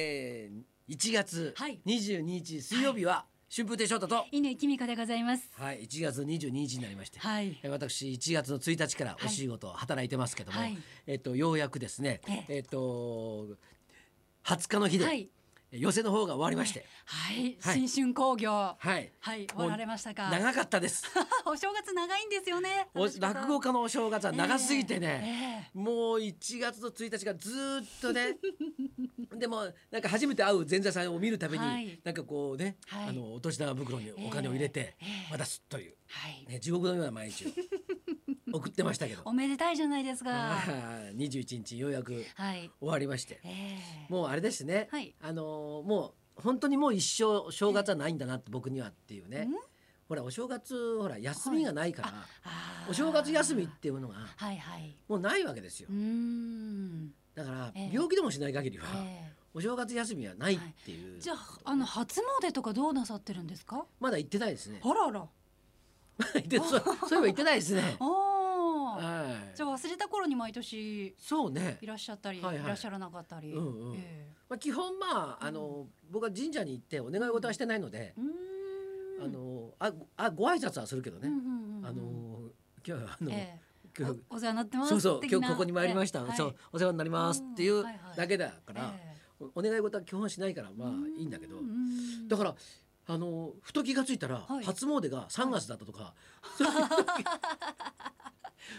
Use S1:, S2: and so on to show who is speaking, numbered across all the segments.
S1: えー、1月
S2: はい
S1: 22日水曜日は春風亭昇太と、
S2: 稲きみかでございます。
S1: はい、1月22日になりまして、
S2: はい。
S1: えー私1月の1日からお仕事を働いてますけども、
S2: はい
S1: えっとようやくですね
S2: え
S1: えっと20日の日で、
S2: はい。
S1: 寄せの方が終わりまして、
S2: はい。
S1: はい
S2: 新春興行。
S1: はい、
S2: はい。終わられましたか。
S1: 長かったです。
S2: お正月長いんですよね。
S1: お
S2: 話し方
S1: 落語家のお正月は長すぎてね。
S2: え
S1: もう1月の1日がずーっと ねでもなんか初めて会う前座さんを見るために、
S2: はい
S1: なんかこうね、
S2: はい
S1: あのお年玉袋に
S2: えええ
S1: お金を入れて
S2: ええ
S1: 渡すという、
S2: はい。
S1: ね、地獄のような毎日を 送ってましたけど
S2: おめでたいじゃないですか。
S1: 21日ようやく終
S2: はい。
S1: わりまして
S2: ええ
S1: もうあれですね、
S2: はい
S1: あのーもう本当にもう一生正月はないんだなって僕にはっていうね
S2: ん
S1: ほらお正月ほら休みがないから、
S2: あー
S1: お正月休みっていうのが
S2: はいはい。
S1: もうないわけですよ
S2: うーん。
S1: だから
S2: ええ
S1: 病気でもしない限りは、
S2: え
S1: お正月休みはないっていう、
S2: えじゃああの初詣とかどうなさってるんですか。
S1: まだ行ってないですね。
S2: あらあら。
S1: でそうそういえば行ってないですね。
S2: ああ。
S1: はい
S2: じゃ。あ忘れた頃に毎年
S1: そうね
S2: い。らっしゃったり、い
S1: はいはい
S2: らっしゃらなかったり。
S1: うんうん
S2: え
S1: まあ基本まああの、僕は神社に行ってお願い事はしてないので
S2: え、うーん
S1: あのああご挨拶はするけどね。
S2: うんうんうんうん
S1: あの今日はあの、
S2: ええ
S1: 今日
S2: おお世話になってます
S1: そうそう
S2: 的な
S1: 今日ここに参りました、
S2: ええはい
S1: そうお世話になりますっていう
S2: うんはいはい
S1: だけだから、
S2: え
S1: おお願い事は基本しないから
S2: え
S1: まあいいんだけど
S2: う、ん
S1: だからあのふと気がついたら、
S2: はい
S1: 初詣が3月だったとか、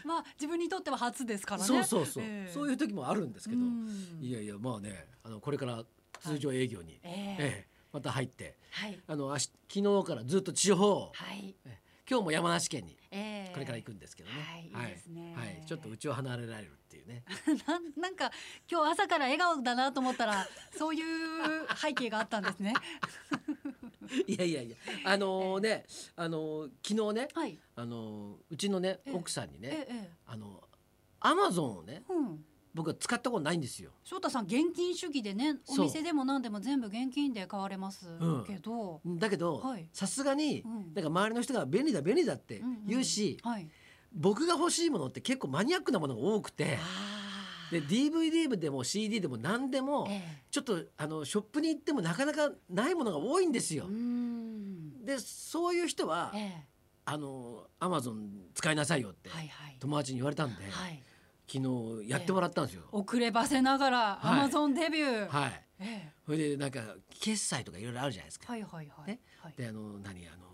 S2: まあ自分にとっては初ですからね
S1: そうそうそう、
S2: ええ
S1: そういう時もあるんですけど、
S2: うん
S1: いやいやまあねあのこれから通常営業に、
S2: え
S1: え
S2: え
S1: えまた入って
S2: はい
S1: あの明日昨日からずっと地方
S2: はい
S1: 今日も山梨県に
S2: ええ
S1: これから行くんですけどね、
S2: はいいいですね
S1: はいちょっとうちを離れられるっていうね
S2: なんなんか今日朝から笑顔だなと思ったらそういう背景があったんで すね
S1: いやいやいやあのね、あの昨日ね
S2: はい
S1: あのうちのね
S2: ええ
S1: 奥さんに
S2: え
S1: ね
S2: ええ
S1: あのアマゾンをね
S2: えうん
S1: 僕は使ったことないんですよ
S2: 翔太さん現金主義でねお
S1: そう
S2: 店でも何でも全部現金で買われます
S1: うん
S2: けど、
S1: だけど
S2: はい
S1: さすがに
S2: うん
S1: なんか周りの人が便利だ便利だって
S2: うんうん
S1: 言うし、
S2: はい
S1: 僕が欲しいものって結構マニアックなものが多くて。
S2: あー
S1: で DVD でも CD でも何でも
S2: ええ
S1: ちょっとあのショップに行ってもなかなかないものが多いんですよ
S2: う。ん
S1: でそういう人は
S2: え
S1: あのアマゾン使いなさいよって
S2: え、はいはい。
S1: 友達に言われたんで、
S2: はい。
S1: 昨日やってもらったんですよ。
S2: 遅ればせながら、
S1: はい
S2: Amazon デビュー。
S1: はい。
S2: ええ
S1: それでなんか決済とかいろいろあるじゃないですか。
S2: はいはいはい。
S1: ね
S2: はい。
S1: であの何あの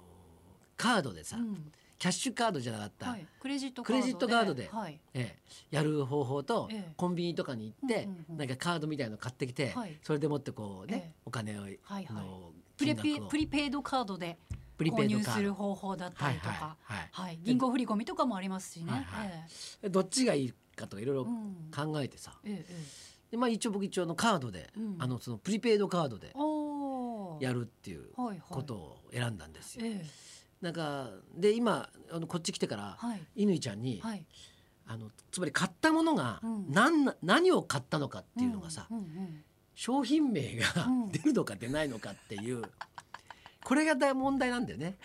S1: カードでさ、
S2: うん
S1: キャッシュカードじゃなかった、
S2: はい。クレジット
S1: クレジットカードで
S2: はい。
S1: ええ、やる方法と、
S2: ええ
S1: コンビニとかに行って、
S2: うんうんうん
S1: なんかカードみたいの買ってきて、
S2: はい
S1: それでもってこうね、
S2: ええ
S1: お金を、はい
S2: はい
S1: の
S2: プ
S1: 金
S2: レ
S1: 額
S2: ペ
S1: を
S2: プリペイドカードで
S1: プリペ
S2: 購
S1: イド
S2: 入
S1: カ
S2: す
S1: ード
S2: る方法だった
S1: はい
S2: りと
S1: はい
S2: か。
S1: はい
S2: はい。銀行振り込みとかもありますしね。
S1: はいはい
S2: え
S1: えどっちがいいかとかいろい
S2: え
S1: ろ
S2: うん。
S1: 考えてさ、
S2: ええええ。
S1: でまあ一応僕一応あのカードで、
S2: うん
S1: あのそのプリペイドカードで
S2: おお。
S1: やるっていう
S2: はいはい。
S1: こと。を選んだんですよ。
S2: ええ。
S1: なんかで今あのこっち来てから
S2: はい。
S1: 乾ちゃんに、
S2: はい。
S1: あのつまり買ったものが
S2: うん
S1: 何,、ん、何を買ったのかっていうのがさ、
S2: うんうん
S1: 商品名が
S2: うん
S1: 出るのか出ないのかっていう、これが大問題なんだよね。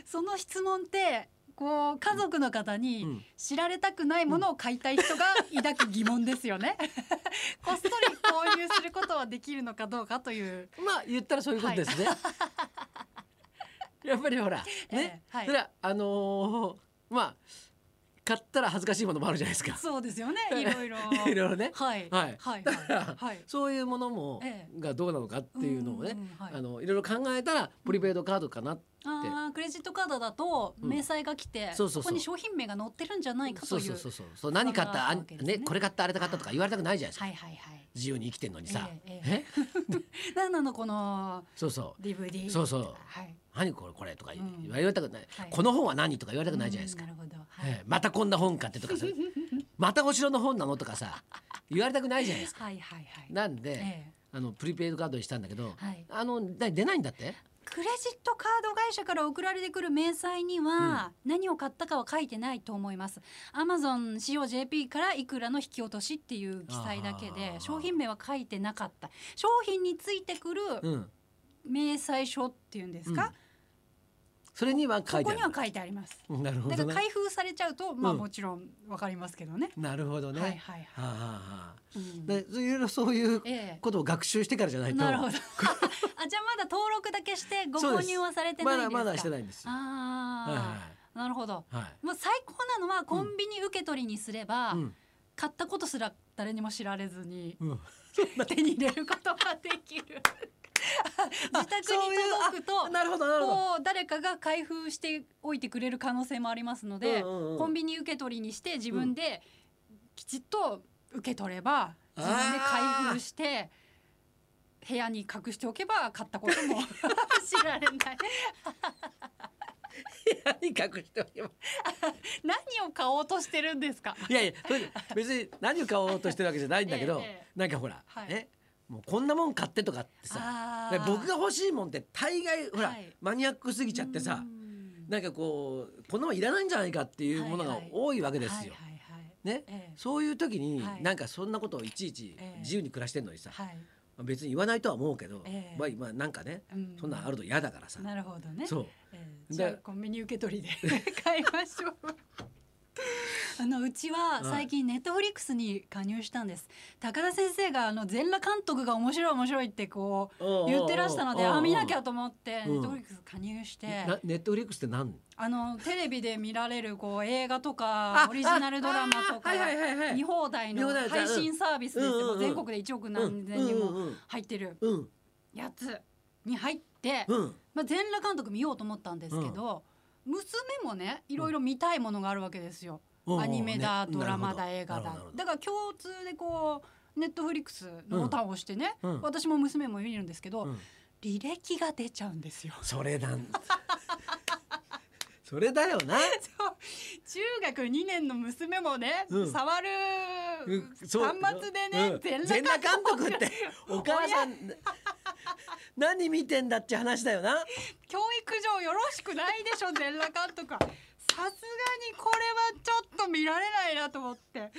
S2: うん。その質問って。こう家族の方に、
S1: うん
S2: 知られたくないものを買いたい人が抱く疑問ですよ ね。こっそり購入することはできるのかどうかという。
S1: まあ言ったらそういうことですね。 やっぱりほらね、
S2: ええはい
S1: それはあのーまあ買ったら恥ずかしいものもあるじゃないですか。
S2: そうですよね。いろいろ。
S1: いろいろ ね。
S2: はい。
S1: はい
S2: はい。
S1: だから
S2: はい。
S1: そういうものも、
S2: え
S1: がどうなのかっていうのをね
S2: んん、んはい
S1: あのいろいろ考えたらプリペイドカードかな。
S2: あークレジットカードだと
S1: うん
S2: 明細が来て、
S1: そうそうそう
S2: ここに商品名が載ってるんじゃないかと
S1: そ
S2: いうう。
S1: そうそうそうそう何買ったあ
S2: わけですね
S1: ねこれ買ったあれ買ったとか言われたくないじゃないですか。
S2: はいはいはい。
S1: 自由に生きてるのにさ。
S2: えええ
S1: え
S2: えなんなのこの
S1: そうそう
S2: DVD。
S1: そうそう
S2: はい。
S1: 何これこれとか言
S2: うん
S1: われたくない、
S2: はい
S1: この本は何とか言われたくないじゃないですか。
S2: うんなるほど。はい。
S1: ええまたこんな本買ってとか さまたお城の本なのとかさ言われたくないじゃないですか。
S2: はいはい はい。
S1: なんで、
S2: ええ
S1: あのプリペイドカードにしたんだけど、
S2: はい。
S1: あのな出ないんだって
S2: クレジットカード会社から送られてくる明細には何を買ったかは書いてないと思います。Amazon COJP からいくらの引き落としっていう記載だけ
S1: あー
S2: で商品名は書いてなかった。商品についてくる
S1: うん
S2: 明細書っていうんですか、
S1: それには書
S2: こ
S1: いて
S2: こ
S1: あ
S2: に
S1: る
S2: は書いてあります
S1: なるほ
S2: だか
S1: ど
S2: ら
S1: ね
S2: 開封されちゃうとまあ
S1: うん
S2: もちろんわかりますけどね、
S1: なるほどね、
S2: はいはい
S1: はあ、はあはあ
S2: はい、うん
S1: でいろいろそういう
S2: ええ
S1: ことを学習してからじゃないと
S2: なるほど あじゃあまだ登録だけしてご
S1: そう
S2: 購
S1: です
S2: 入はされてな
S1: ま
S2: いんで
S1: だ
S2: すか
S1: まだしてないいんですよ。
S2: あ
S1: はい
S2: あ、
S1: は
S2: なるほど
S1: いはい
S2: もう最高なのはコンビニ受け取りにすれば、
S1: うん
S2: 買ったことすら誰にも知られずに
S1: うん
S2: 手に入れることができる 自宅に届くと
S1: あなるほどなるほど。
S2: こう誰かが開封しておいてくれる可能性もありますので、
S1: うんうんうん
S2: コンビニ受け取りにして自分できちっと受け取れば自分で開封して部屋に隠しておけば買ったことも 知られない
S1: 何隠しておけば
S2: 何を買おうとしてるんですか
S1: いやいやそれ別に何を買おうとしてるわけじゃないんだけど、
S2: ええええ
S1: なんかほら、
S2: はい
S1: えもうこんなもん買ってとかってさ
S2: あー
S1: だから僕が欲しいもんって大概ほら、
S2: はい
S1: マニアックすぎちゃってさ
S2: うん
S1: なんかこうこんなもんいらないんじゃないかっていうものが多いわけですよ。
S2: はいはいはい
S1: ね、
S2: ええ
S1: そういう時に、
S2: はい
S1: なんかそんなことをいちいち
S2: ええ
S1: 自由に暮らしてんのにさ、
S2: はい
S1: まあ別に言わないとは思うけど、
S2: ええ
S1: まあ今なんかね、
S2: うん
S1: そんなんあると嫌だからさ、
S2: なるほどね
S1: そう
S2: えーじゃあ
S1: で
S2: コンビニ受け取りで 買いましょう。 あのうちは最近ネットフリックスに加入したんです。高田先生があの全裸監督が面白い面白いってこう言ってらしたので、あ見なきゃと思ってネ
S1: うん
S2: ットフリックス加入して、
S1: なネットフリックスって何
S2: あのテレビで見られるこう映画とかオリジナルドラマとか
S1: ああはいはいはいはい
S2: 見放題
S1: 見
S2: の
S1: 放題
S2: 配信サービスです
S1: うんうんう
S2: よ。
S1: ん
S2: 全国で1億何千人も入ってる
S1: うんうん
S2: やつに入って。
S1: うんうん
S2: まあ、全裸監督見ようと思ったんですけど、娘もねいろいろ見たいものがあるわけですよ、
S1: うん
S2: アニメだ、
S1: ね
S2: ドラマ
S1: な
S2: だ
S1: る
S2: 映
S1: ほ
S2: 画
S1: どな
S2: だ
S1: るほど
S2: だから共通でこうネットフリックスのボタンを押してね、
S1: うんうん
S2: 私も娘も見るんですけど、
S1: うん
S2: 履歴が出ちゃうんですよ
S1: それなん それだよな
S2: そう中学2年の娘もね、
S1: うん
S2: 触る
S1: うん
S2: 端
S1: そう
S2: 末でね、
S1: うん
S2: 全
S1: 全
S2: 裸
S1: 裸
S2: 監
S1: 監
S2: 督
S1: 督ってお母さん何見てんだって話だよな
S2: 教育上よろしくないでしょ全裸監督はさすがにこれはちょっと見られないなと思って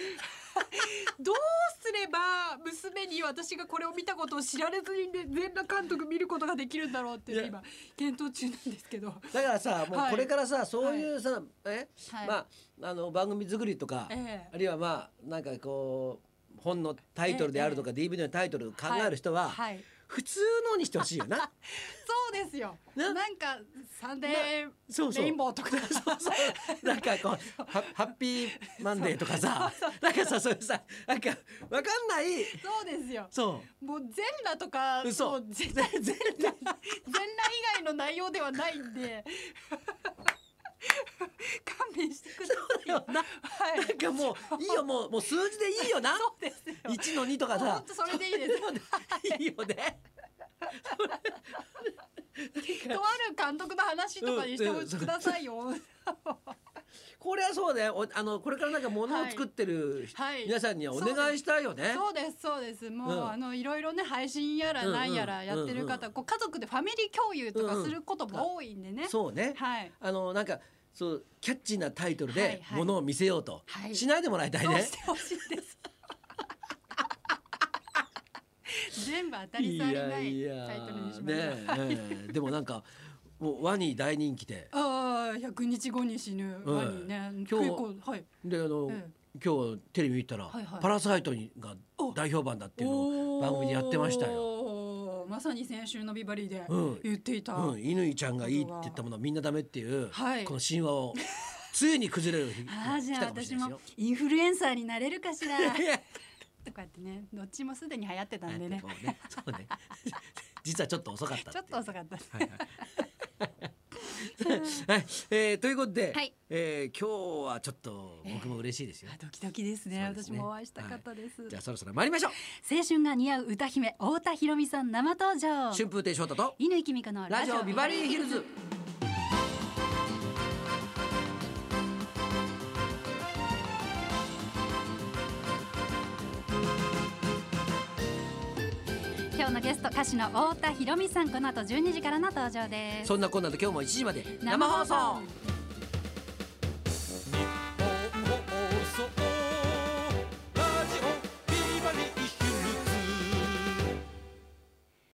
S2: どうすれば娘に私がこれを見たことを知られずにね全裸監督見ることができるんだろうっていうのを
S1: いや
S2: 今検討中なんですけど
S1: だからさもう
S2: はい
S1: これからさ、そういうさ、え、
S2: はい
S1: まああの番組作りとか、
S2: ええ
S1: あるいはまあなんかこう本のタイトルであるとか、DVD のタイトルを考える人は、
S2: はいはい
S1: 普通のにしてほしいよな
S2: そうですよな
S1: なん
S2: かサンデ
S1: なそう
S2: ー
S1: そう
S2: レインボーとか
S1: なんかこうハハッピーマンデーとかさ なんかさそういうさなんかわかんない
S2: そうですよ
S1: そ
S2: もう全裸とか
S1: 嘘
S2: もう絶対全裸全裸以外の内容ではないんで勘弁してくださいよ
S1: うな
S2: はい
S1: なんかもういいよもうもう数字でいいよな
S2: そうですよ
S1: 1の2とか
S2: ほ
S1: さ
S2: んとそれでいいです
S1: いいよね
S2: とある監督の話とかにしてほしくださいよ、
S1: これはそうだよおあのこれからなんか物を作ってる人
S2: はい
S1: 皆さんにはお願いしたいよね、
S2: そうですそうですもう、
S1: うん
S2: あのいろいろね配信やら
S1: うんうん
S2: なんやらやってる方、
S1: うん
S2: こう家族でファミリー共有と
S1: うんう
S2: か
S1: ん
S2: することも多いんでね、
S1: そうね、
S2: はい
S1: あのなんかそうキャッチーなタイトル
S2: は
S1: で
S2: いはい
S1: ものを見せようと
S2: はい
S1: しないでもらいたいね。
S2: そうしてほしい です。全部当たり障りないタイトルにしま
S1: ね
S2: した。
S1: ええでもなんかもうワニ大人気で
S2: ああ、百日後に死ぬワニね。
S1: うん
S2: 結構はい。
S1: であの、
S2: え
S1: 今日テレビ見たら、
S2: はいはい
S1: パラサイトにが大評判だっていうのを番組でやってましたよ。
S2: よ。まさに先週のビバリーで
S1: うん
S2: 言っていた。
S1: うん、乾ちゃんがいいって言ったものはみんなダメっていう、
S2: はい
S1: この神話をついに崩れる日
S2: ああ、じ
S1: 来た
S2: ゃあ
S1: かもし
S2: 私
S1: れないです
S2: も
S1: よ。
S2: インフルエンサーになれるかしら。
S1: いや
S2: とかってね、どっちもすでに流行ってたんでね
S1: も。うねそうね 実はちょっと遅かった
S2: ちょっと遅かった。
S1: はいはいはい、えー、ということで、
S2: はい
S1: えー今日はちょっと僕も嬉しいですよ、
S2: あドキドキですね。
S1: そうです
S2: 私
S1: ね
S2: もお会いしたかったです。
S1: じゃあそろそろ参りましょう
S2: 青春が似合う歌姫太田裕美さん生登場
S1: 春風亭昇太と
S2: 乾きみかの
S1: ラ
S2: ラ
S1: ジ
S2: ジオ
S1: オビバリーヒルズ
S2: 今日のゲスト歌手の太田裕美さんこの後12時からの登場です
S1: そんなこんなで今日も1時まで生放送
S2: 生放送
S3: 日